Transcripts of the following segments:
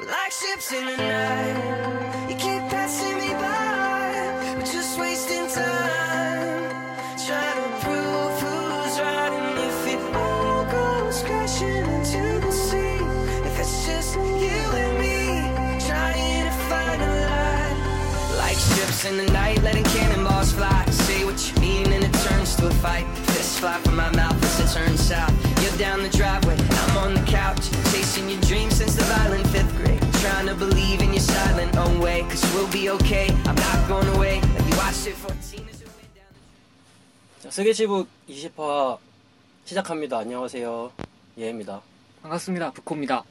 Like ships in the night, you keep passing me by. We're just wasting time trying to prove who's right. And if it all goes crashing into the sea, if it's just you and me trying to find a line. Like ships in the night, letting cannonballs fly. Say what you mean, and it turns to a fight. Fist fly from my mouth as it turns south. You're down the driveway, I'm on the couch. Chasing your dreams since the violent fifth grade. Trying to believe in your silent own way. Cause we'll be okay, I'm not going away. Like you watched it 14 as it went down. 자, 스케치북 20화 시작합니다. 안녕하세요. 예입니다. 어, 반갑습니다. 부코입니다.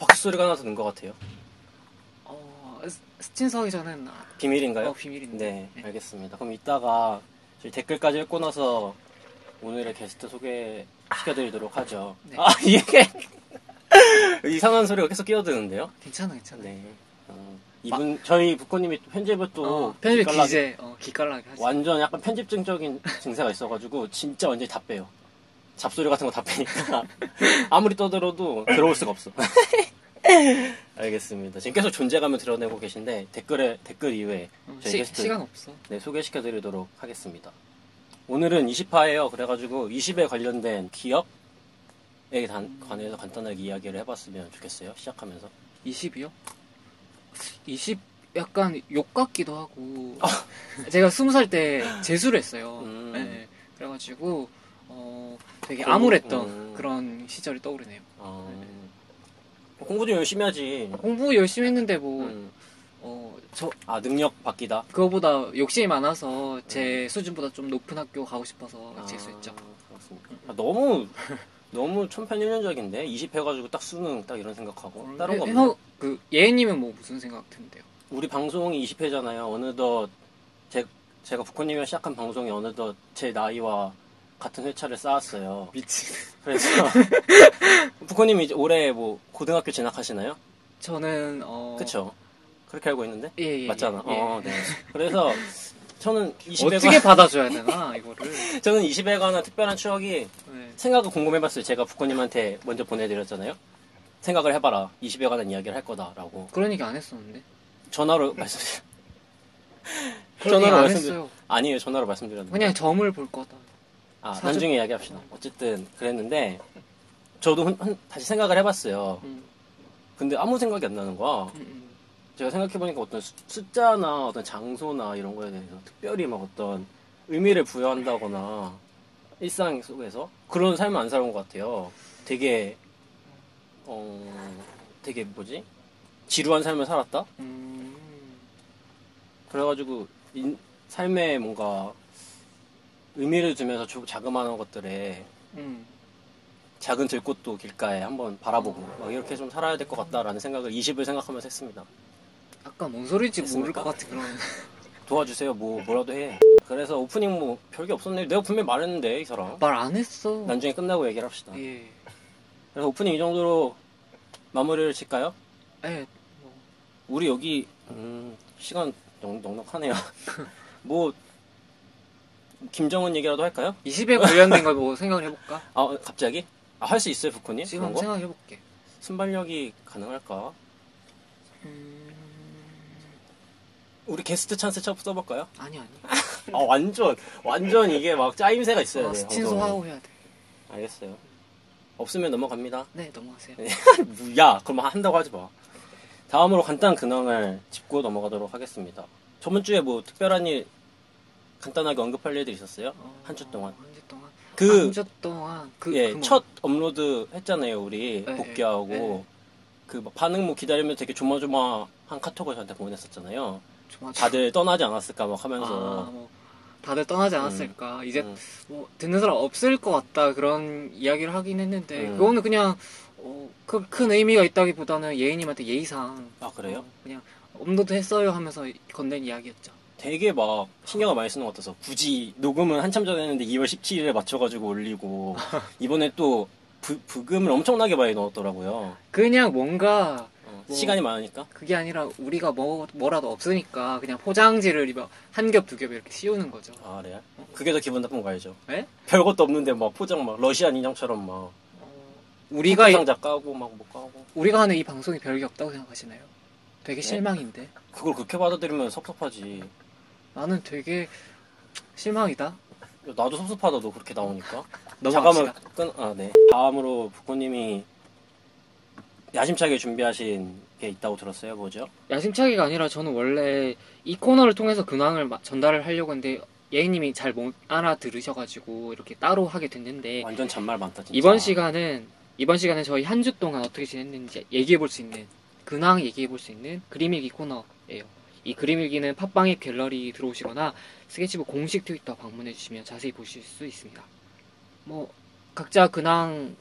박수 소리가 하나 드는 것 같아요. 어, 스- 스친석이 저는 아, 비밀인가요? 어, 비밀인데. 네, 네. 알겠습니다. 그럼 이따가 저희 댓글까지 읽고 나서 오늘의 게스트 소개시켜드리도록 하죠. 네. 아, 이게 이상한 소리가 계속 끼어드는데요? 괜찮아, 괜찮아. 네. 어, 이분, 저희 부코님이 편집을 또 어, 편집 깔라- 기재, 어, 기깔나게 하지. 완전 약간 편집증적인 증세가 있어가지고 진짜 완전히 다 빼요. 잡소리 같은 거 다 빼니까 아무리 떠들어도 들어올 수가 없어. 알겠습니다. 지금 계속 존재감을 드러내고 계신데 댓글에 댓글 이외에 어, 저희 시, 게스트 시간 없어. 네, 소개시켜드리도록 하겠습니다. 오늘은 20화예요. 그래가지고 20에 관련된 기업에 단- 관해서 간단하게 이야기를 해봤으면 좋겠어요. 시작하면서 20이요? 20 약간 욕 같기도 하고. 제가 20살 때 재수를 했어요. 아. 음. 네, 그래가지고, 어, 되게 공부- 암울했던 음. 그런 시절이 떠오르네요. 어, 네. 공부 좀 열심히 하지. 공부 열심히 했는데 뭐, 음, 어, 저, 아 능력 바뀌다. 그거보다 욕심이 많아서 제 음. 수준보다 좀 높은 학교 가고 싶어서 아. 재수했죠. 그렇습니까? 아, 너무 너무 천편일률적인데 20 해가지고 딱 수능 딱 이런 생각하고 음. 다른 거 없네. 형, 그 예은님은 뭐 무슨 생각 드는데요? 우리 방송이 20회잖아요. 어느덧 제, 제가 부코님이랑 시작한 방송이 어느덧 제 나이와 같은 회차를 쌓았어요. 미친. 그래서 부코님이 이제 올해 뭐 고등학교 진학하시나요? 저는 어. 그쵸? 그렇게 알고 있는데 예, 예, 맞잖아. 예, 예. 어, 네. 그래서 저는 20회가 어떻게 받아줘야 되나 이거를. 저는 20회가 하나 특별한 추억이 네. 생각을 궁금해봤어요. 제가 부코님한테 먼저 보내드렸잖아요. 생각을 해봐라. 20에 관한 이야기를 할 거다라고 그런 얘기 안 했었는데. 전화로 말씀. 네. 그런 얘기 전화로 안 말씀드- 했어요. 아니에요. 전화로 말씀드렸는데. 그냥 점을 볼 거다. 아 사전- 나중에 이야기합시다. 어쨌든 그랬는데 저도 혼- 혼- 다시 생각을 해봤어요. 음, 근데 아무 생각이 안 나는 거야. 음, 음. 제가 생각해보니까 어떤 수- 숫자나 어떤 장소나 이런 거에 대해서 특별히 막 어떤 의미를 부여한다거나 일상 속에서 그런 삶을 안 살아온 것 같아요. 되게 어 되게 뭐지 지루한 삶을 살았다. 음. 그래가지고 인- 삶에 뭔가 의미를 두면서 조- 자그마한 것들에 음. 작은 들꽃도 길가에 한번 바라보고 막 이렇게 좀 살아야 될 것 같다라는 생각을 20을 생각하면서 했습니다. 아까 뭔 소리인지 모를 됐습니까? 것 같은 그런. 도와주세요. 뭐 뭐라도 해. 그래서 오프닝 뭐 별게 없었네. 내가 분명히 말했는데 이 사람. 말 안 했어. 나중에 끝나고 얘기를 합시다. 예. 그래서 오프닝 이 정도로 마무리를 칠까요? 예. 우리 여기 음, 시간 넉, 넉넉하네요. 뭐 김정은 얘기라도 할까요? 20에 관련된 걸 뭐 생각을 해볼까? 아 갑자기? 아, 할 수 있어요, 부코님? 지금 그런 한번 거? 생각을 해볼게. 순발력이 가능할까? 음. 우리 게스트 찬스 첫 써볼까요? 아니 아니. 아 완전 완전 이게 막 짜임새가 네, 있어야 어, 돼요. 스친소 방송은. 하고 해야 돼. 알겠어요. 없으면 넘어갑니다. 뭐, 네 넘어가세요. 야, 그럼 한다고 하지 마. 다음으로 간단한 근황을 짚고 넘어가도록 하겠습니다. 저번 주에 뭐 특별한 일 간단하게 언급할 일들 있었어요? 한 주 동안. 한 주 동안. 그, 한주 동안 그, 예, 그 첫 업로드 했잖아요, 우리. 네, 복귀하고. 네. 그, 막 반응 뭐 기다리면 되게 조마조마한 카톡을 저한테 보냈었잖아요. 뭐, 조마조마- 다들 떠나지 않았을까 막 아, 하면서. 뭐, 다들 떠나지 않았을까 이제 음. 뭐, 듣는 사람 없을 것 같다 그런 이야기를 하긴 했는데 음. 그거는 그냥 어, 그, 큰 의미가 있다기보다는 예인님한테 예의상 아, 그래요? 어, 그냥 업로드 했어요 하면서 건넨 이야기였죠 되게 막 신경을 많이 쓰는 것 같아서 굳이 녹음은 한참 전에 했는데 2월 17일에 맞춰가지고 올리고 이번에 또 부, 부금을 엄청나게 많이 넣었더라고요. 그냥 뭔가 어, 뭐- 시간이 많으니까. 그게 아니라 우리가 뭐, 뭐라도 없으니까 그냥 포장지를 한 겹 두 겹 이렇게 씌우는 거죠 아, 그래요? 그게 더 기분 나쁜 거 알죠? 예? 별것도 없는데 막 포장 막 러시안 인형처럼 막 어, 우리가 이- 상자 까고 막 뭐 까고 우리가 하는 이 방송이 별게 없다고 생각하시나요? 예. 되게 실망인데 그걸 그렇게 받아들이면 섭섭하지. 나는 되게 실망이다. 나도 섭섭하다 너 그렇게 나오니까. 잠깐만 넘어갑시다. 끊. 아 네. 다음으로 부코님이 야심차게 준비하신 게 있다고 들었어요. 뭐죠? 야심차기가 아니라 저는 원래 이 코너를 통해서 근황을 마- 전달을 하려고 했는데 예인님이 잘 못 알아들으셔가지고 이렇게 따로 하게 됐는데 완전 잔말 많다 아, 진짜. 예. 이번 시간은 이번 시간은 저희 한 주 동안 어떻게 지냈는지 얘기해 볼 수 있는 근황 얘기해 볼 수 있는 그림일기 코너예요. 이 그림일기는 팟빵의 갤러리 들어오시거나 스케치북 공식 트위터 방문해 주시면 자세히 보실 수 있습니다. 뭐 각자 근황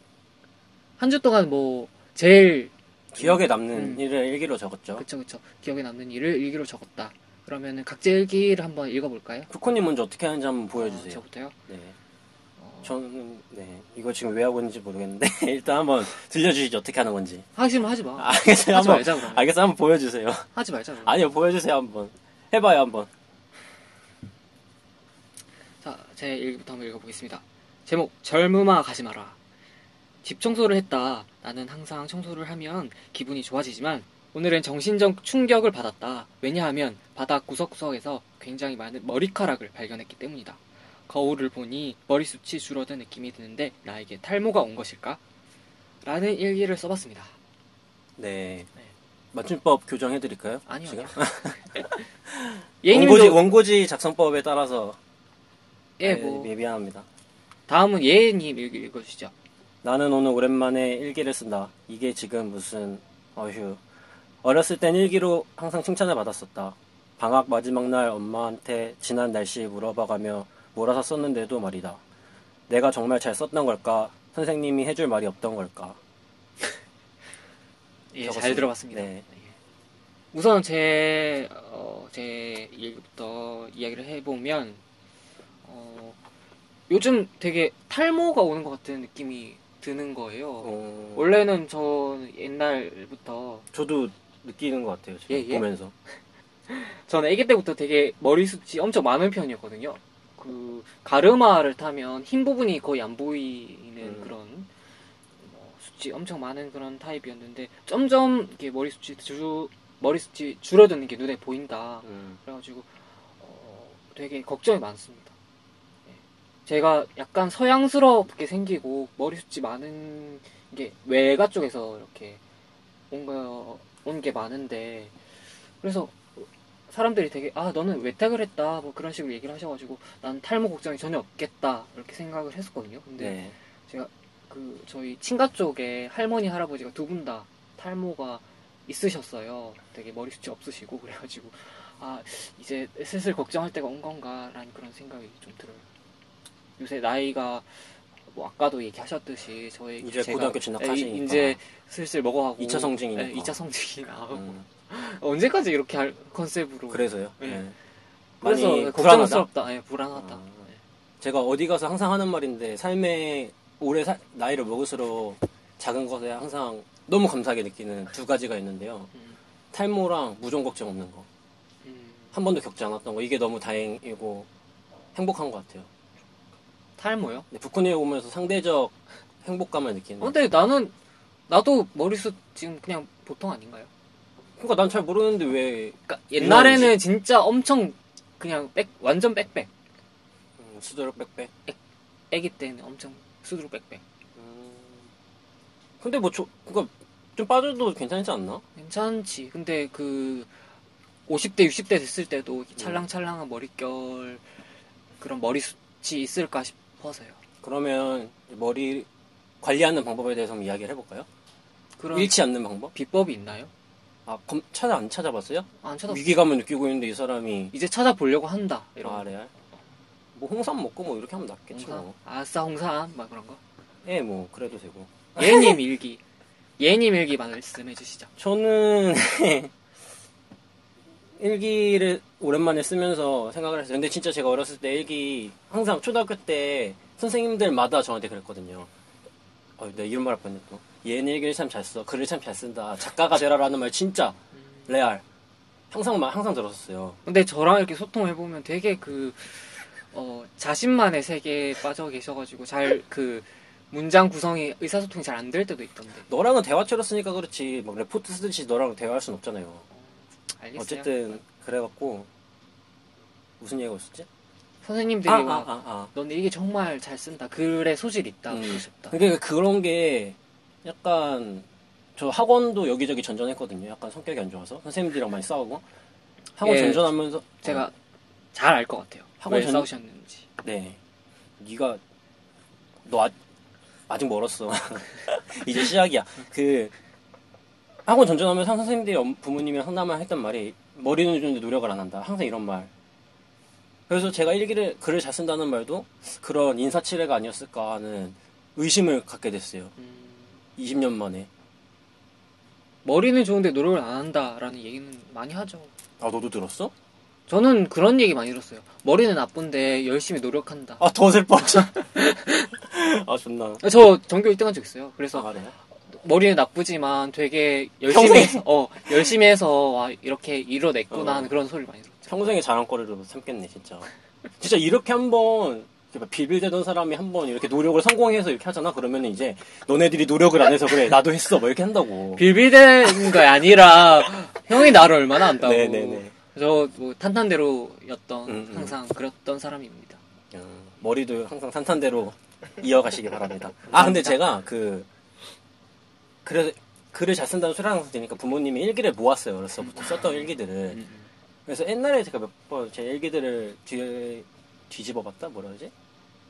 한 주 동안 뭐 제일 기억에 남는 음. 일을 일기로 적었죠. 그쵸 그쵸 기억에 남는 일을 일기로 적었다. 그러면은 각자 일기를 한번 읽어볼까요? 부코님 먼저 어떻게 하는지 한번 보여주세요. 어, 그 저부터요. 네. 어, 저는 네 이거 지금 왜 하고 있는지 모르겠는데 일단 한번 들려주시죠 어떻게 하는 건지. 아, 하시면 하지 마. 알겠어요. 하지 한번 아, 말자 그러면. 알겠어 한번 보여주세요. 하지 말자. 그러면. 아니요 보여주세요 한번 해봐요 한번. 자, 제 일기부터 한번 읽어보겠습니다. 제목, 젊음아 가지 마라. 집 청소를 했다. 나는 항상 청소를 하면 기분이 좋아지지만, 오늘은 정신적 충격을 받았다. 왜냐하면 바닥 구석구석에서 굉장히 많은 머리카락을 발견했기 때문이다. 거울을 보니 머리숱이 줄어든 느낌이 드는데 나에게 탈모가 온 것일까? 라는 일기를 써봤습니다. 네. 네. 맞춤법 교정해드릴까요? 아니요. 어, 지금? 아니요. 예인님도 원고지, 원고지 작성법에 따라서 예, 예, 뭐 예, 미안합니다. 다음은 예인님 일기 읽어주시죠. 나는 오늘 오랜만에 일기를 쓴다. 이게 지금 무슨 어휴. 어렸을 땐 일기로 항상 칭찬을 받았었다. 방학 마지막 날 엄마한테 지난 날씨 물어봐가며 몰아서 썼는데도 말이다. 내가 정말 잘 썼던 걸까? 선생님이 해줄 말이 없던 걸까? 예, 적었습니다. 잘 들어봤습니다. 네. 예. 우선 제, 어, 제 일부터 이야기를 해보면, 어, 요즘 되게 탈모가 오는 것 같은 느낌이 드는 거예요. 어, 원래는 전 옛날부터, 저도 느끼는 것 같아요. 지금 예, 예. 보면서. 저는 아기 때부터 되게 머리숱이 엄청 많은 편이었거든요. 그, 가르마를 타면 흰 부분이 거의 안 보이는 음. 그런, 뭐, 숱이 엄청 많은 그런 타입이었는데, 점점 이렇게 머리숱이 줄, 머리숱이 줄어드는 게 눈에 보인다. 음, 그래가지고 어, 되게 걱정이 많습니다. 예. 제가 약간 서양스럽게 생기고 머리숱이 많은 게 외가 쪽에서 이렇게 온 게 많은데 그래서 사람들이 되게 아 너는 외탁을 했다 뭐 그런 식으로 얘기를 하셔가지고 난 탈모 걱정이 전혀 없겠다 이렇게 생각을 했었거든요. 근데 네. 그 저희 친가 쪽에 할머니 할아버지가 두 분 다 탈모가 있으셨어요. 되게 머리숱이 없으시고 그래가지고 아 이제 슬슬 걱정할 때가 온 건가라는 그런 생각이 좀 들어요. 요새 나이가 뭐 아까도 얘기하셨듯이 저희 이제 제가- 고등학교 진학하시니까. 에, 이제 슬슬 먹어가고 2차 성징이니까. 에, 2차 성징이 나오고 음, 언제까지 이렇게 할 컨셉으로 그래서요. 네. 네. 그래서 네, 많이 불안하다. 걱정스럽다. 예, 불안하다. 아. 예. 제가 어디 가서 항상 하는 말인데 삶의 올해 살- 나이를 먹을수록 작은 것에 항상 너무 감사하게 느끼는 두 가지가 있는데요. 음, 탈모랑 무좀 걱정 없는 거. 음, 한 번도 겪지 않았던 거. 이게 너무 다행이고 행복한 것 같아요. 탈모요? 근데 북콘이 오면서 상대적 행복감을 느끼는. 어, 근데 나는 나도 머리숱 지금 그냥 보통 아닌가요? 그러니까 난 잘 모르는데 왜 그러니까 옛날에는 진짜 엄청 그냥 빽 완전 빽빽. 음, 수저력 빽빽. 아기 때는 엄청 수두룩 빽빽. 음. 근데 뭐 저, 그니까 좀 빠져도 괜찮지 않나? 괜찮지. 근데 그 50대 60대 됐을 때도 이 찰랑찰랑한 머릿결 그런 머리숱이 있을까 싶어서요. 그러면 머리 관리하는 방법에 대해서 한번 이야기를 해볼까요? 그런 잃지 않는 방법? 비법이 있나요? 아, 검, 찾아 안 찾아봤어요? 안 찾아. 위기감을 느끼고 있는데 이 사람이 이제 찾아보려고 네. 한다. 이런 거. 말해야 뭐 홍삼 먹고 뭐 이렇게 하면 낫겠지 홍삼. 뭐. 아싸 홍삼 막 그런 거. 예, 뭐 그래도 되고. 예님 일기. 예님 일기 말씀해 주시죠. 저는 일기를 오랜만에 쓰면서 생각을 했어요. 근데 진짜 제가 어렸을 때 일기 항상 초등학교 때 선생님들마다 저한테 그랬거든요. 어, 내가 이런 말할 뻔했네 또. 얘는 일기를 참 잘 써. 글을 참 잘 쓴다. 작가가 되라라는 말 진짜 레알. 항상 막 항상 들었었어요. 근데 저랑 이렇게 소통해 보면 되게 그 어, 자신만의 세계에 빠져 계셔가지고 잘 그 문장 구성이 의사소통이 잘 안 될 때도 있던데. 너랑은 대화체로 쓰니까 그렇지 막 레포트 쓰듯이 너랑 대화할 순 없잖아요. 알겠어요. 어쨌든 그래갖고 무슨 얘기가 있었지? 선생님들이 아아아 막 아, 아. 너네 이게 정말 잘 쓴다. 글에 소질 있다. 음. 그고 싶다. 그게 그런 게 약간 저 학원도 여기저기 전전했거든요. 약간 성격이 안 좋아서 선생님들이랑 많이 싸우고 학원 예, 전전하면서 제가 잘 알 것 같아요. 학원 왜 전- 싸우셨는지. 어, 네 네가 너 아, 직 멀었어. 이제 시작이야. 그 학원 전전하면서 항상 선생님들이 엄- 부모님이랑 상담을 했던 말이 머리는 좋은데 노력을 안 한다. 항상 이런 말. 그래서 제가 일기를 글을 잘 쓴다는 말도 그런 인사치레가 아니었을까 하는 의심을 갖게 됐어요. 음, 20년 만에. 머리는 좋은데 노력을 안 한다라는 얘기는 많이 하죠. 아 너도 들었어? 저는 그런 얘기 많이 들었어요. 머리는 나쁜데 열심히 노력한다. 아 더 슬퍼져. 아 존나. 저 전교 1등 한 적 있어요. 그래서 아 그래요? 머리는 나쁘지만 되게 열심히 해서, 어, 열심히 해서 와, 이렇게 이뤄냈구나 어. 하는 그런 소리를 많이 들었죠. 평생의 자랑거리로 삼겠네 진짜. 진짜 이렇게 한번 이렇게 막 비빌대던 사람이 한번 이렇게 노력을 성공해서 이렇게 하잖아. 그러면 이제 너네들이 노력을 안 해서 그래. 나도 했어. 뭐 이렇게 한다고. 빌빌대는 게 아니라 형이 나를 얼마나 안다고. 네네네. 저 뭐, 탄탄대로였던 음, 음. 항상 그랬던 사람입니다. 음, 머리도 항상 산탄대로 이어가시기 바랍니다. 아 근데 제가 그 그래 글을 잘 쓴다는 소리 항상 들으니까 부모님이 일기를 모았어요. 어렸을부터 썼던 일기들을. 음. 그래서 옛날에 제가 몇 번 제 일기들을 뒤, 뒤집어 봤다? 뭐라 그러지?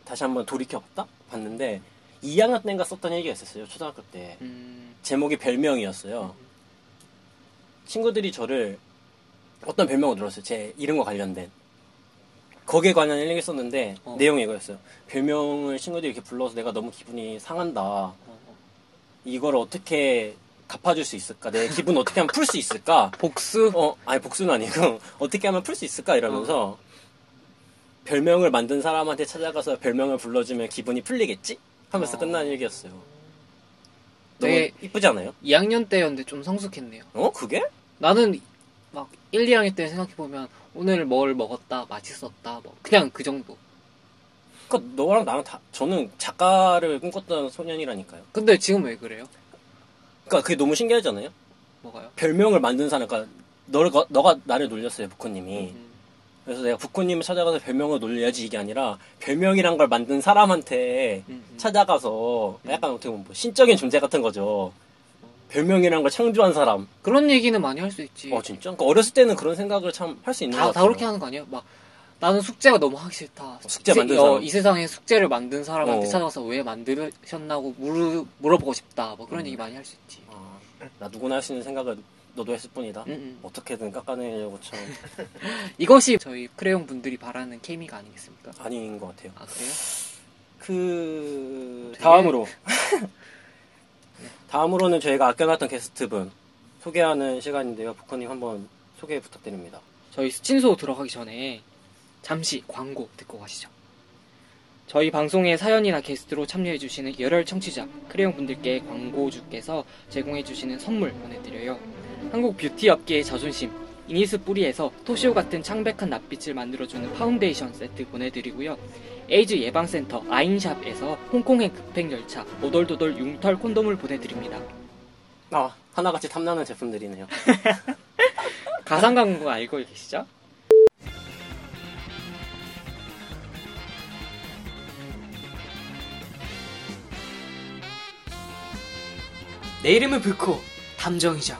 다시 한번 돌이켜 봤다? 봤는데 2학년 때인가 썼던 일기가 있었어요. 초등학교 때. 음, 제목이 별명이었어요. 친구들이 저를 어떤 별명을 들었어요. 제 이름과 관련된. 거기에 관한 일기를 썼는데 어. 내용이 이거였어요. 별명을 친구들이 이렇게 불러서 내가 너무 기분이 상한다. 어, 어. 이걸 어떻게 갚아줄 수 있을까? 내 기분 어떻게 하면 풀 수 있을까? 복수? 어, 아니 복수는 아니고 어떻게 하면 풀 수 있을까 이러면서 어. 별명을 만든 사람한테 찾아가서 별명을 불러주면 기분이 풀리겠지? 하면서 어. 끝난 일기였어요. 너무 되게 이쁘지 않아요? 2학년 때였는데 좀 성숙했네요. 어, 그게? 나는 막 1, 2학년 때 생각해보면 오늘 뭘 먹었다, 맛있었다, 뭐 그냥 그 정도. 그니까 그러니까 너랑 나랑 다 저는 작가를 꿈꿨던 소년이라니까요. 그러니까 근데 지금 왜 그래요? 그니까 그게 너무 신기하잖아요. 뭐가요? 별명을 만든 사람, 그니까 너가 너가 나를 놀렸어요, 부코님이. 음. 그래서 내가 부코님을 찾아가서 별명을 놀려야지 이게 아니라 별명이란 걸 만든 사람한테 음, 음. 찾아가서 약간 어떻게 보면 뭐 신적인 존재 같은 거죠. 별명이란 걸 창조한 사람. 그런 얘기는 많이 할 수 있지. 어 진짜? 그러니까 어렸을 때는 그런 생각을 참 할 수 있는 예. 다, 것 다 같아요. 그렇게 하는 거 아니에요? 막 나는 숙제가 너무 하기 싫다. 숙제 이 세- 만든 어, 사람. 이 세상에 숙제를 만든 사람한테 어. 찾아서 왜 만드셨나고 물어, 물어보고 싶다. 뭐 그런 음. 얘기 많이 할 수 있지. 아, 나 누구나 할 수 있는 생각을 너도 했을 뿐이다. 음, 음. 어떻게든 깎아내려고 참 이것이 저희 크레용 분들이 바라는 케미가 아니겠습니까? 아닌 것 같아요. 아 그래요? 그 되게- 다음으로 그 다음으로는 저희가 아껴놨던 게스트분 소개하는 시간인데요. 부커님 한번 소개 부탁드립니다. 저희 수친소 들어가기 전에 잠시 광고 듣고 가시죠. 저희 방송에 사연이나 게스트로 참여해주시는 열혈 청취자 크레용 분들께 광고주께서 제공해주시는 선물 보내드려요. 한국 뷰티 업계의 자존심 이니스 뿌리에서 토시오 같은 창백한 낯빛을 만들어주는 파운데이션 세트 보내드리고요. 에이즈 예방센터 아인샵에서 홍콩행 급행열차 오돌도돌 융털 콘돔을 보내드립니다. 아 하나같이 탐나는 제품들이네요. 가상 광고 알고 계시죠? 내 이름은 불코 담정이자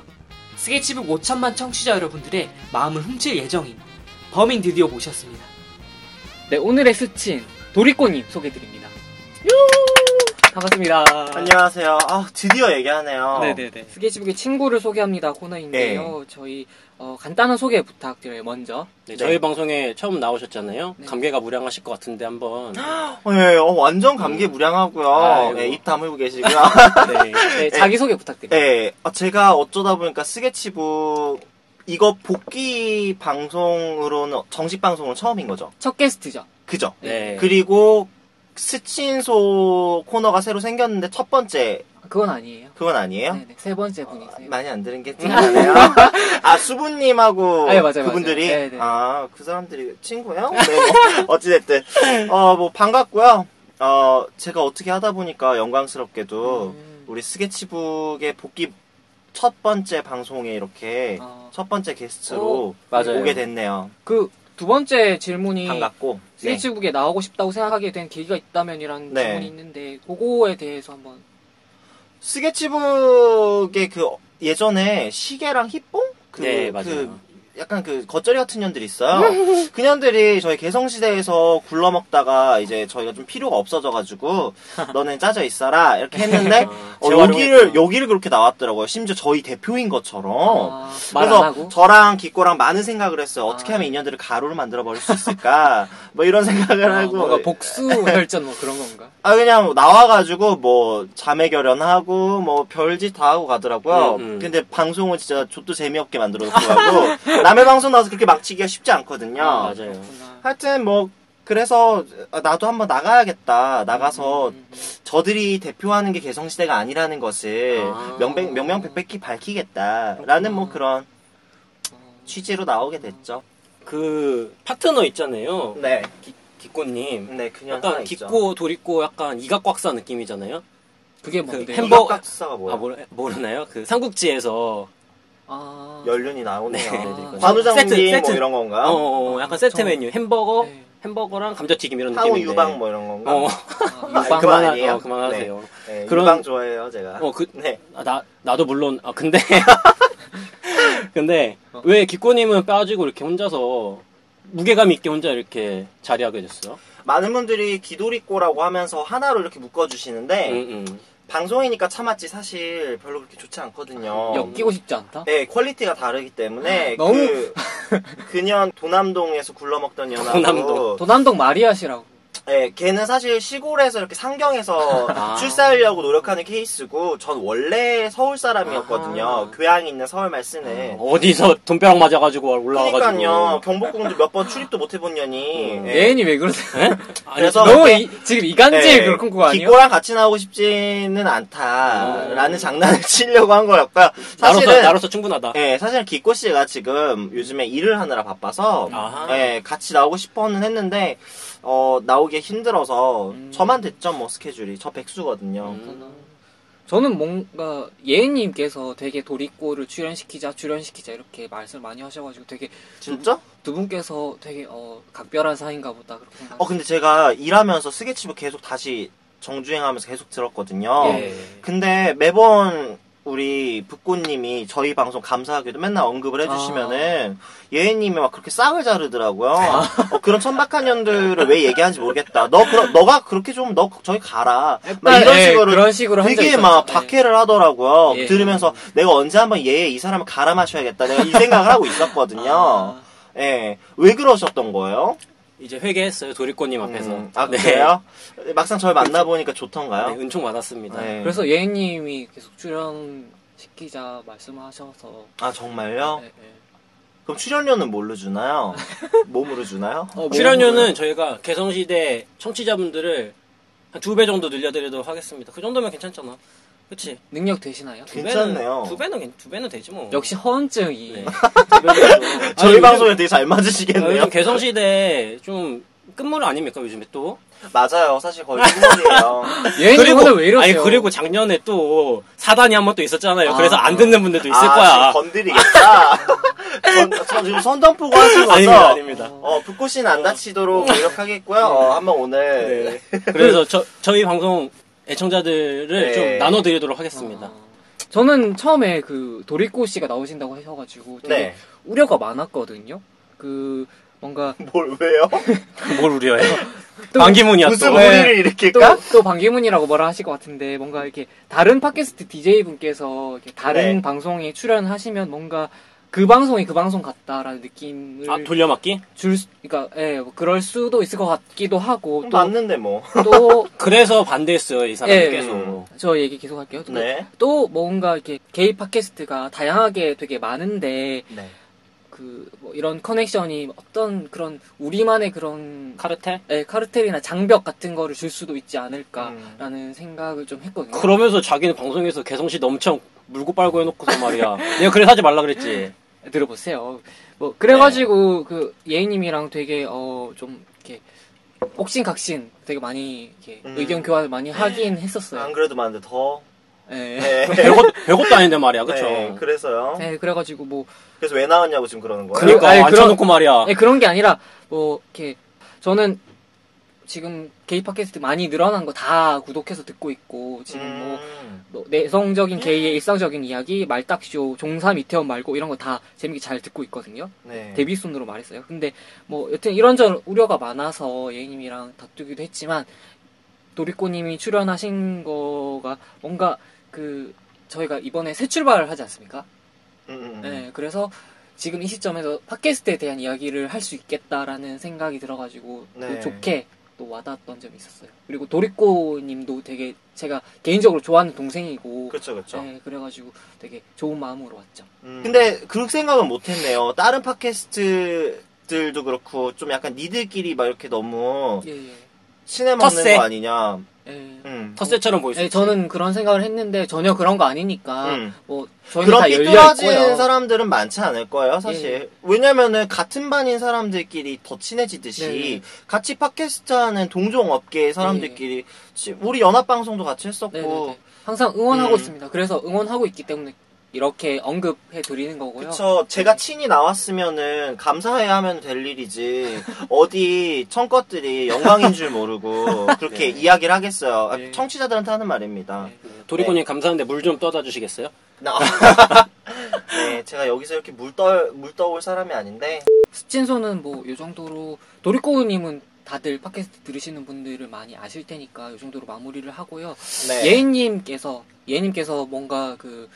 스케치북 5천만 청취자 여러분들의 마음을 훔칠 예정인 범인 드디어 모셨습니다. 네 오늘의 스친 도리꼬님 소개드립니다. 반갑습니다. 안녕하세요. 아, 드디어 얘기하네요. 네네네. 스케치북의 친구를 소개합니다 코너인데요. 저희 어, 간단한 소개 부탁드려요. 먼저 네, 저희 방송에 처음 나오셨잖아요. 감개가 무량하실 것 같은데 한번 어, 예, 어, 완전 감기 무량하고요. 아이고. 예, 입 다물고 계시고요. 네. 네, 자기 소개 부탁드려요. 예, 아, 제가 어쩌다 보니까 스케치북 이거 복귀 방송으로는 정식 방송은 처음인 거죠. 첫 게스트죠. 그죠? 네. 그리고 스친소 코너가 새로 생겼는데 첫 번째 그건 아니에요. 그건 아니에요? 네네, 세 번째 분이세요. 많이 안 들은 게 찡하네요. 아 수부님하고 아, 예, 맞아요, 그분들이 맞아요. 네, 네. 아 그 사람들이 친구예요? 네, 뭐, 어찌됐든 어 뭐 반갑고요. 어, 제가 어떻게 하다 보니까 영광스럽게도 음. 우리 스케치북의 복귀 첫 번째 방송에 이렇게 아. 첫 번째 게스트로 맞아요. 오게 됐네요. 그 두 번째 질문이 반갑고. 네. 스케치북에 나오고 싶다고 생각하게 된 계기가 있다면이라는 네. 질문이 있는데 그거에 대해서 한번 스케치북의 그 예전에 시계랑 히뽕? 그, 네, 그 맞아요. 약간 그 겉절이 같은 년들이 있어요. 그 년들이 저희 개성시대에서 굴러먹다가 이제 저희가 좀 필요가 없어져가지고 너는 짜져 있어라 이렇게 했는데 아, 어, 재활용했구나. 여기를 여기를 그렇게 나왔더라고요. 심지어 저희 대표인 것처럼. 아, 말안 그래서 하고? 저랑 기꼬랑 많은 생각을 했어요. 어떻게 아. 하면 이 년들을 가루로 만들어 버릴 수 있을까? 뭐 이런 생각을 아, 하고 네. 뭔가 복수 결전 뭐 그런 건가? 아 그냥 나와가지고 뭐 자매 결연하고 뭐 별짓 다 하고 가더라고요. 음, 음. 근데 방송은 진짜 족도 재미없게 만들어 놓고 가고 남의 방송 나와서 그렇게 막치기가 쉽지 않거든요. 아, 맞아요. 그렇구나. 하여튼 뭐 그래서 나도 한번 나가야겠다. 나가서 음, 음, 저들이 대표하는 게 개성시대가 아니라는 것을 아. 명백, 명명백백히 밝히겠다라는 뭐 그런 음. 취지로 나오게 됐죠. 그 파트너 있잖아요. 네, 기꼬님. 네 음. 그냥 약간 기꼬 돌이꼬 약간 이각곽사 느낌이잖아요. 그게 그 뭔데? 햄버- 햄버거- 햄버거사가 뭐야? 아 모르, 모르나요? 그 삼국지에서 아, 연륜이 나오네요. 네, 네, 네. 관우장님 세트, 뭐 세트. 이런 어, 건가? 어, 어, 약간 세트 저- 메뉴 햄버거, 네. 햄버거랑 감자튀김 이런 상우 느낌인데. 유방 뭐 이런 건가? 어, 아, 아, 유방 그거 그만, 아니에요? 어, 그만하세요. 네, 그런- 유방 좋아해요 제가. 어, 그, 네. 아, 나, 나도 물론, 아, 근데. 근데, 어. 왜 기꼬님은 빠지고 이렇게 혼자서, 무게감 있게 혼자 이렇게 자리하게 됐어요? 많은 분들이 기도리꼬라고 하면서 하나로 이렇게 묶어주시는데 응, 응. 방송이니까 참았지 사실 별로 그렇게 좋지 않거든요. 엮이고 싶지 않다? 네, 퀄리티가 다르기 때문에 너무- 그 그년 도남동에서 굴러먹던 연하고 도남동. 도남동 마리아 씨라고. 네, 걔는 사실 시골에서 이렇게 상경에서 아. 출사하려고 노력하는 케이스고 전 원래 서울 사람이었거든요. 아하. 교양이 있는 서울 말쓰는. 어디서 돈벼락 맞아가지고 음, 올라와가지고. 그러니까요. 경복궁도 몇 번 출입도 못 해본 년이. 음. 예. 예인이 왜 그러세요? 아니, 그래서 네. 너무 이- 지금 이간질 예, 그런 거 아니에요? 기꼬랑 같이 나오고 싶지는 않다라는 장난을 치려고 한 거였고요. 사실은 음. 나로서, 나로서 충분하다. 예, 사실 기꼬 씨가 지금 요즘에 일을 하느라 바빠서 아하. 예, 같이 나오고 싶어는 했는데 어, 나오기 힘들어서 음. 저만 됐죠 뭐 스케줄이 저 백수거든요. 저는 뭔가 예인님께서 되게 도리꼬를 출연시키자 출연시키자 이렇게 말씀을 많이 하셔가지고 되게 진짜? 두 분께서 되게 어, 각별한 사이인가 보다 그렇게 생각. 어 근데 제가 일하면서 스케치북 계속 다시 정주행하면서 계속 어, 들었거든요. 예. 근데 매번 우리 북꽃님이 저희 방송 감사하게도 맨날 언급을 해주시면은 아. 예은님이 막 그렇게 싹을 자르더라고요. 어, 그런 천박한 년들을 왜 얘기하는지 모르겠다. 너 그러, 너가 그렇게 좀 너 저기 가라. 막 이런 예, 식으로 그런 식으로 한적 되게 있었죠. 막 예. 박해를 하더라고요. 예. 들으면서 내가 언제 한번 얘 이 사람을 갈아 마셔야겠다. 내가 이 생각을 하고 있었거든요. 아, 예, 왜 그러셨던 거예요? 이제 회개했어요, 도리꼬님 앞에서. 음, 아 네. 그래요? 막상 저를 만나보니까 네, 좋던가요? 은총 받았습니다. 네. 그래서 예인님이 계속 출연시키자 말씀을 하셔서. 아 어. 정말요? 예, 예. 그럼 출연료는 뭘로 주나요? 몸으로 주나요? 어, 뭐. 출연료는 저희가 개성시대 청취자분들을 한 두 배 정도 늘려드리도록 하겠습니다. 그 정도면 괜찮잖아. 그치? 능력 되시나요? 두 괜찮네요. 배는, 두 배는, 괜- 두 배는 되지 뭐. 역시 허언증이. 네. 두 배는 되죠. 저희 아니, 방송에 되게 잘 아, 맞으시겠네요. 요즘 개성시대 좀 끝물 아닙니까 요즘에 또 맞아요. 사실 거의 끝물이에요. 예인님 오늘 왜 이러세요? 아니 그리고 작년에 또 사단이 한 번 또 있었잖아요 아. 그래서 안 듣는 분들도 있을 아, 거야 지금 건드리겠다. 전, 저 지금 선전포고 하신 거죠? 아닙니다 아닙니다 어, 붓꽃이는 안 다치도록 노력하겠고요. 어, 한번 오늘. 네. 그래서 저, 저희 방송 애청자들을 네. 좀 나눠드리도록 하겠습니다 아, 저는 처음에 그 도리코 씨가 나오신다고 하셔가지고 되게 네. 우려가 많았거든요. 그 뭔가 뭘, 왜요? 뭘 우려해 또- 반기문이야 무슨 네. 또 왜- 무리를 또, 일으킬까? 또 방기문이라고 뭐라 하실 것 같은데 뭔가 이렇게 다른 팟캐스트 DJ 분께서 이렇게 다른 네. 방송에 출연하시면 뭔가 그 방송이 그 방송 같다라는 느낌을 아, 돌려막기? 줄, 수- 그러니까 예, 뭐 그럴 수도 있을 것 같기도 하고 맞는데 뭐. 또 또 저 그래서 반대했어요 이 사람이 예. 계속 얘기 계속 할게요. 또- 네. 또 뭔가 이렇게 게이 팟캐스트가 다양하게 되게 많은데 네. 그, 뭐 이런 커넥션이 어떤 그런 우리만의 그런 카르텔? 예, 카르텔이나 장벽 같은 거를 줄 수도 있지 않을까라는 음. 생각을 좀 했거든요. 그러면서 자기는 방송에서 개성시대 엄청 물고 빨고 해놓고서 말이야 내가 그래서 하지 말라 그랬지 네. 들어보세요. 뭐 그래가지고 그 예인님이랑 되게 어 좀 이렇게 옥신각신 되게 많이 이렇게 음. 네. 의견 교환을 많이 하긴 했었어요. 안 그래도 많은데 더. 예. 네. 별것, 별것도 아닌데 그렇죠. 말이야, 그쵸? 네, 그래서요. 예, 그래가지고 뭐 그래서 왜 나왔냐고 지금 그러는 거예요. 그러니까, 아니, 안 그런- 쳐놓고 말이야. 예, 그런 게 아니라 뭐 이렇게 저는 지금 게이 팟캐스트 많이 늘어난 거 다 구독해서 듣고 있고 지금 뭐 음. 뭐 내성적인 게이의 일상적인 이야기, 말딱쇼, 종삼 이태원 말고 이런 거 다 재밌게 잘 듣고 있거든요. 네. 데뷔 순으로 말했어요. 근데 뭐 여튼 이런저런 우려가 많아서 예인님이랑 다투기도 했지만 도리꼬님이 출연하신 거가 뭔가 그 저희가 이번에 새 출발을 하지 않습니까? 음, 음, 음. 네, 그래서 지금 이 시점에서 팟캐스트에 대한 이야기를 할 수 있겠다라는 생각이 들어가지고 또 네. 좋게 또 와닿았던 점이 있었어요. 그리고 도리꼬님도 되게 제가 개인적으로 좋아하는 동생이고 그렇죠, 그렇죠. 네, 그래가지고 되게 좋은 마음으로 왔죠. 음. 근데 그 생각은 못했네요. 다른 팟캐스트들도 그렇고 좀 약간 니들끼리 막 이렇게 너무 예, 예. 친해 먹는 텃세. 거 아니냐. 예. 어. 음. 텃세처럼 보일 수 예, 있지. 저는 그런 생각을 했는데 전혀 그런 거 아니니까 음. 뭐 저희는 그런 다 열려 삐뚤어진 있고요. 사람들은 많지 않을 거예요, 사실. 왜냐면은 같은 반인 사람들끼리 더 네, 친해지듯이 같이 팟캐스트 하는 동종 업계의 사람들끼리 지- 우리 연합 방송도 같이 했었고 예. 네, 네, 네. 항상 응원하고 음. 있습니다. 그래서 응원하고 있기 때문에 이렇게 언급해 드리는 거고요. 네, 그쵸. 네. 제가 친히 나왔으면은 감사해야 하면 될 일이지. 어디 청껏들이 영광인 줄 모르고 그렇게 네. 이야기를 하겠어요. 아, 네. 청취자들한테 하는 말입니다. 네. 도리코님 감사한데 물 좀 떠다 주시겠어요? 나- 네, 제가 여기서 이렇게 물떨 물떠올 사람이 아닌데. 스친소는 뭐 요 정도로 도리꼬우님은 다들 팟캐스트 들으시는 분들을 많이 아실 테니까 요 정도로 마무리를 하고요. 네. 예인님께서 예인님께서 뭔가 그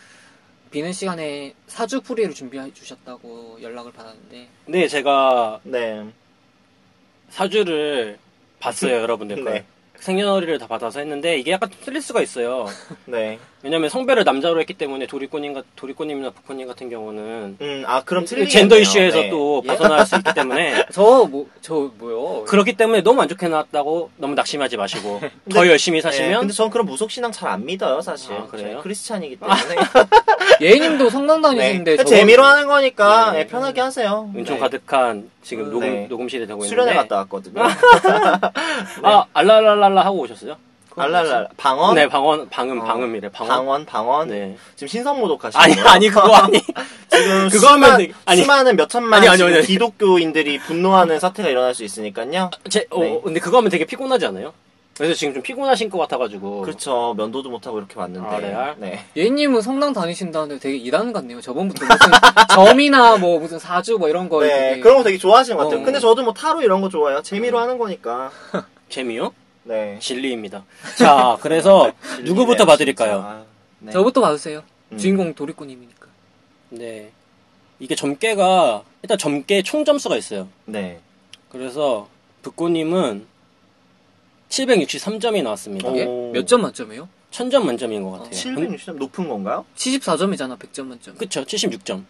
비는 시간에 사주 풀이를 준비해 주셨다고 연락을 받았는데 네, 제가 네. 사주를 봤어요, 여러분들. 걸. 네. 생년월일을 다 받아서 했는데 이게 약간 틀릴 수가 있어요. 네. 왜냐면 성별을 남자로 했기 때문에 도리꼬님과 도리꼬님이나 부코님 같은 경우는 음, 아 그럼 네. 틀리 네, 젠더 이슈에서 또 벗어날 수 있기 때문에 저 뭐 저 뭐요? 그렇기 때문에 너무 안 좋게 나왔다고 너무 낙심하지 마시고 더 열심히 사시면 네, 예, 근데 전 그런 무속 신앙 잘 안 믿어요, 사실. 아, 그래요? 제가 크리스찬이기 때문에. 예인님도 성당 다니시는데 네. 저거- 재미로 하는 거니까 네. 예, 편하게 하세요. 은총 네. 가득한 지금 음, 녹음 네. 녹음실에 되고 있는데 수련회 갔다 왔거든요. 아 알랄랄랄라 하고 오셨어요? 알랄랄 방언? 네 방언 방음 어. 방음이래 방언. 방언 방언. 네 지금 신성모독 하시는 아니 거예요? 아니 그거 아니 지금 그거 수만, 하면 되게- 아니. 수많은 몇 천만 아니, 아니, 지금 아니, 아니. 기독교인들이 분노하는 사태가 일어날 수 있으니까요. 제, 어, 네. 근데 그거 하면 되게 피곤하지 않아요? 그래서 지금 좀 피곤하신 것 같아가지고 그렇죠. 면도도 못 하고 이렇게 왔는데. 어. 아, 레알? 네. 예인님은 성당 다니신다는데 되게 이단 같네요. 저번부터 무슨 점이나 뭐 무슨 사주 뭐 이런 거 네, 되게- 그런 거 되게 좋아하시는 것 같아요. 어. 음. 근데 저도 뭐 타로 이런 거 좋아해요. 재미로 하는 거니까. 재미요? 네. 진리입니다. 자 그래서 누구부터 네, 봐드릴까요? 진짜. 네. 저부터 봐주세요. 음. 주인공 도리꼬님이니까. 네 이게 점괘가 일단 점괘 총 점수가 있어요. 네. 그래서 북구님은 763점이 나왔습니다. 오. 예? 오. 몇 점 만점이에요? 1000점 만점인 것 같아요. 어, 760점 높은 건가요? 74점이잖아, 100점 만점. 그쵸, 76점.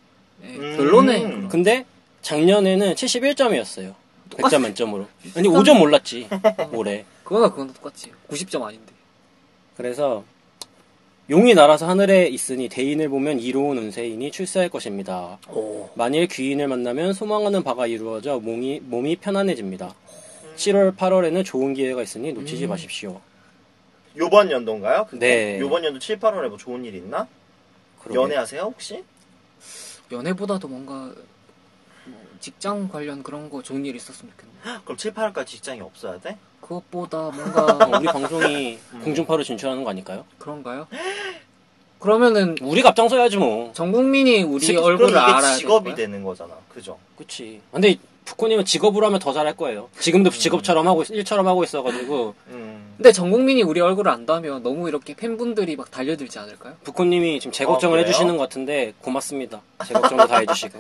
예, 음. 별로네. 그럼. 근데 작년에는 71점이었어요. 100점 만점으로. 아니, 비슷하네. 5점 올랐지, 올해. 그거나 그거나 똑같지. 90점 아닌데. 그래서 용이 날아서 하늘에 있으니 대인을 보면 이로운 운세이니 출세할 것입니다. 만일 귀인을 만나면 소망하는 바가 이루어져 몸이, 몸이 편안해집니다. 7월, 8월에는 좋은 기회가 있으니 놓치지 음. 마십시오. 요번 연도인가요? 그게? 네. 요번 연도 7, 8월에 뭐 좋은 일 있나? 그러게요. 연애하세요, 혹시? 연애보다도 뭔가 뭐 직장 관련 그런 거 좋은 일 있었으면 좋겠네. 그럼 7, 8월까지 직장이 없어야 돼? 그것보다 어, 뭔가 우리 방송이 음. 공중파로 진출하는 거 아닐까요? 그런가요? 그러면은 우리가 앞장서야지 뭐. 전 국민이 우리 얼굴을 그럼 이게 알아야 직업이 될 되는 거잖아. 그죠? 그치. 근데 부코님은 직업으로 하면 더 잘할 거예요. 지금도 직업처럼 하고, 있- 일처럼 하고 있어가지고, 음. 근데 전 국민이 우리 얼굴을 안다면 너무 이렇게 팬분들이 막 달려들지 않을까요? 부코님이 지금 제 아, 걱정을 그래요? 해주시는 것 같은데, 고맙습니다. 제 걱정도 다 해주시고.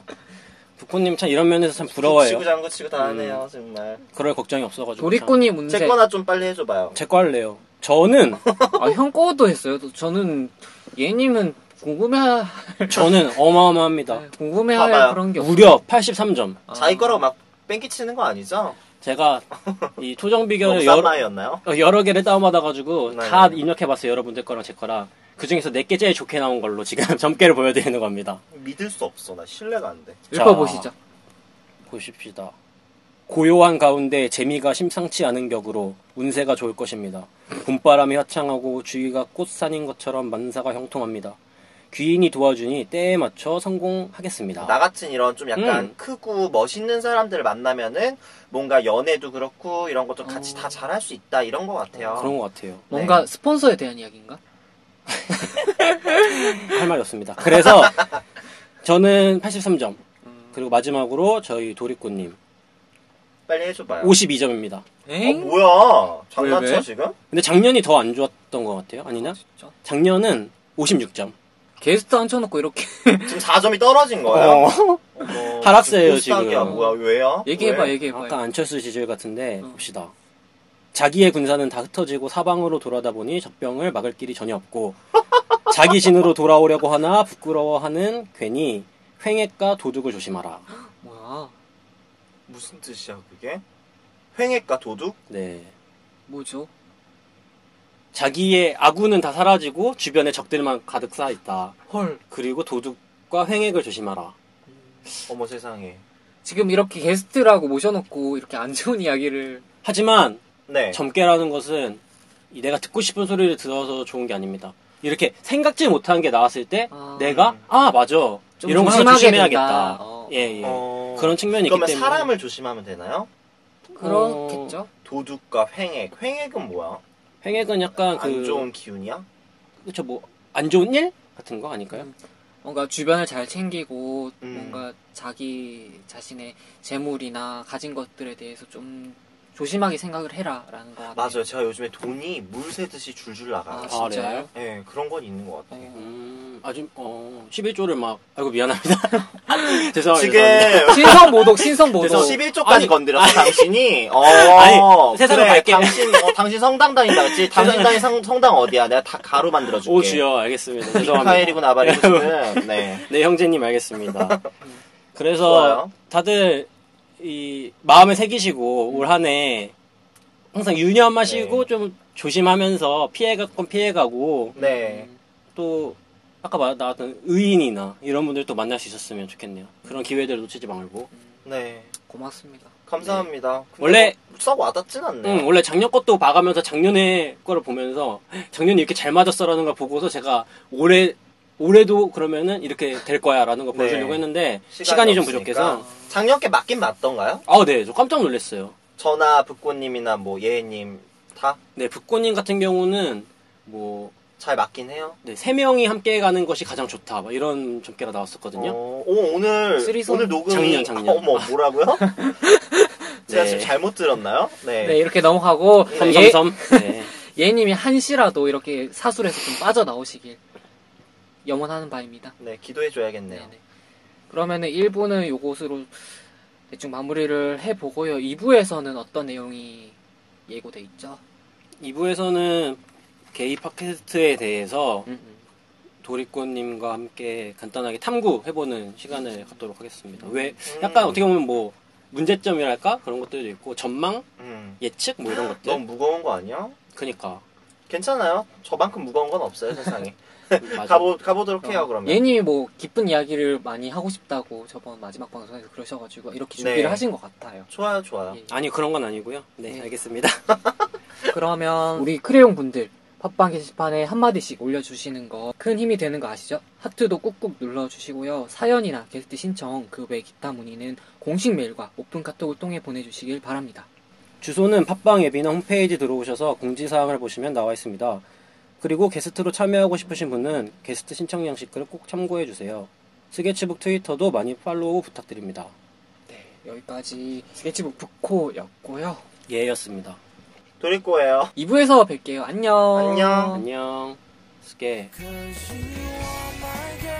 부코님 참 이런 면에서 참 음, 부러워요. 치고 장구 치고 다 하네요, 정말. 그럴 걱정이 없어가지고. 도리꾼이 문제. 제 거나 좀 빨리 해줘봐요. 제거 할래요. 저는, 아, 형 거도 했어요. 또 저는 얘님은 궁금해 저는 어마어마합니다. 궁금해할 봐봐요. 그런 게 없어요. 무려 83점. 아. 자기 거라고 막 뺑기치는 거 아니죠? 제가 이 토정 너무 비결을 싼 여러, 마이였나요? 어, 여러 개를 다운받아가지고 네. 다 입력해봤어요. 여러분들 거랑 제 거랑. 그 중에서 내게 제일 좋게 나온 걸로 지금 점괘를 보여드리는 겁니다. 믿을 수 없어. 나 신뢰가 안 돼. 자. 읽어보시죠. 보십시다. 고요한 가운데 재미가 심상치 않은 격으로 운세가 좋을 것입니다. 봄바람이 화창하고 주위가 꽃산인 것처럼 만사가 형통합니다. 귀인이 도와주니 때에 맞춰 성공하겠습니다. 나 같은 이런 좀 약간 아. 음. 크고 멋있는 사람들 만나면은 뭔가 연애도 그렇고 이런 것도 같이 다 잘할 수 있다 이런 것 같아요. 그런 것 같아요. 뭔가 스폰서에 대한 이야기인가? 할 말이 없습니다. 그래서 저는 83점. 그리고 마지막으로 저희 도리꼬님 빨리 해줘봐요. 52점입니다. 어, 엥? 뭐야? 장난쳐 왜, 왜? 지금? 근데 작년이 더 안 좋았던 것 같아요. 아니냐? 진짜? 작년은 56점. 게스트 앉혀놓고 이렇게 지금 4점이 떨어진 거예요. 어머, 하락세예요, 비슷한 지금. 게 뭐야? 왜요? 얘기해봐 왜? 얘기해봐 아까 안철수 지질 같은데 어. 봅시다. 자기의 군사는 다 흩어지고 사방으로 돌아다 보니 젖병을 막을 길이 전혀 없고 자기 진으로 돌아오려고 하나 부끄러워하는 괜히 횡액과 도둑을 조심하라. 뭐야 무슨 뜻이야 그게? 횡액과 도둑? 네. 뭐죠? 자기의 아군은 다 사라지고 주변에 적들만 가득 쌓여 있다. 헐 그리고 도둑과 횡액을 조심하라. 어머 세상에. 지금 이렇게 게스트라고 모셔놓고 이렇게 안 좋은 이야기를 하지만 네. 점괘라는 것은 이 내가 듣고 싶은 소리를 들어서 좋은 게 아닙니다. 이렇게 생각지 못한 게 나왔을 때 아. 내가 아 맞아 좀 이런 거 조심하게 조심해야겠다. 된다. 어. 예, 예. 어, 그런 측면이 있기 그러면 때문에 사람을 조심하면 되나요? 어. 그렇겠죠? 도둑과 횡액. 횡액은 뭐야? 횡액은 약간 안 그 좋은 기운이야? 그쵸 뭐안 좋은 일 같은 거 아닐까요? 음. 뭔가 주변을 잘 챙기고 음. 뭔가 자기 자신의 재물이나 가진 것들에 대해서 좀 조심하게 생각을 해라라는 거 같아요. 맞아요. 제가 요즘에 돈이 물 새듯이 줄줄 나가요. 네. 아, 아, 진짜요? 예, 그런 건 있는 것 같아요. 어. 음, 아주 어 11조를 막 아이고 미안합니다. 죄송합니다. 네. 지금 신성 모독, 신성 모독. 그래서 11조까지 아니, 건드렸어 당신이. 어, 아니, 세상을 그래, 밝게. 당신 어, 당신 성당 다닌다 그랬지? 당신 다닌 성- 성당 어디야? 내가 다 가로 만들어줄게. 오 주여 알겠습니다. 죄송합니다. 미카엘이고 나발이고 지금. 네. 네 형제님 알겠습니다. 그래서 좋아요. 다들 이 마음에 새기시고 올 한해 항상 유념 하시고 네. 좀 조심하면서 피해가건 피해가고 네. 또 아까 말 나왔던 의인이나 이런 분들 또 만날 수 있었으면 좋겠네요. 그런 기회들 놓치지 말고 네. 고맙습니다. 감사합니다. 근데 원래- 뭐 썩 와닿진 않네. 응, 원래 작년 것도 봐가면서 작년에 거를 보면서 작년이 이렇게 잘 맞았어라는 걸 보고서 제가 올해 올해도 그러면은 이렇게 될 거야라는 걸 보여주려고 네. 했는데 시간이, 좀 부족해서 작년께 맞긴 맞던가요? 아, 네, 저 깜짝 놀랐어요. 저나 북고님이나 뭐 예님 다 잘 네, 북고님 같은 경우는 뭐, 맞긴 해요. 네, 세 명이 함께 가는 것이 가장 좋다. 막 이런 점괘가 나왔었거든요. 어, 오 오늘 쓰리선? 오늘 녹음이 작년, 작년. 어머 뭐라고요? 제가 네. 지금 잘못 들었나요? 네. 네, 이렇게 넘어가고 예, 섬섬섬. 네. 예님이 한시라도 이렇게 사술에서 좀 빠져나오시길 염원하는 바입니다. 네, 기도해줘야겠네요. 네네. 그러면은 1부는 요것으로 대충 마무리를 해보고요. 2부에서는 어떤 내용이 예고돼 있죠? 2부에서는 게이 팟캐스트에 대해서 음, 음. 도리꼬님과 함께 간단하게 탐구해보는 시간을 갖도록 하겠습니다. 왜, 약간 어떻게 보면 뭐, 문제점이랄까? 그런 것들도 있고, 전망? 음. 예측? 뭐 이런 것들? 너무 무거운 거 아니야? 그니까. 괜찮아요. 저만큼 무거운 건 없어요 세상에. 맞아. 가보 가보도록 어. 해요 그러면. 예님이 뭐 기쁜 이야기를 많이 하고 싶다고 저번 마지막 방송에서 그러셔가지고 이렇게 준비를 네. 하신 것 같아요. 좋아요 좋아요. 예. 아니, 그런 건 아니고요. 네, 네. 알겠습니다. 음. 그러면 우리 크레용 분들 팟빵 게시판에 한마디씩 올려주시는 거 큰 힘이 되는 거 아시죠? 하트도 꾹꾹 눌러주시고요. 사연이나 게스트 신청 그 외 기타 문의는 공식 메일과 오픈 카톡을 통해 보내주시길 바랍니다. 주소는 팟빵 앱이나 홈페이지 들어오셔서 공지사항을 보시면 나와 있습니다. 그리고 게스트로 참여하고 싶으신 분은 게스트 신청 양식을 꼭 참고해 주세요. 스케치북 트위터도 많이 팔로우 부탁드립니다. 네, 여기까지 스케치북 북코였고요. 예였습니다. 돌릴 거예요. 2부에서 뵐게요. 안녕. 안녕. 안녕. 스케. Cause you are my girl.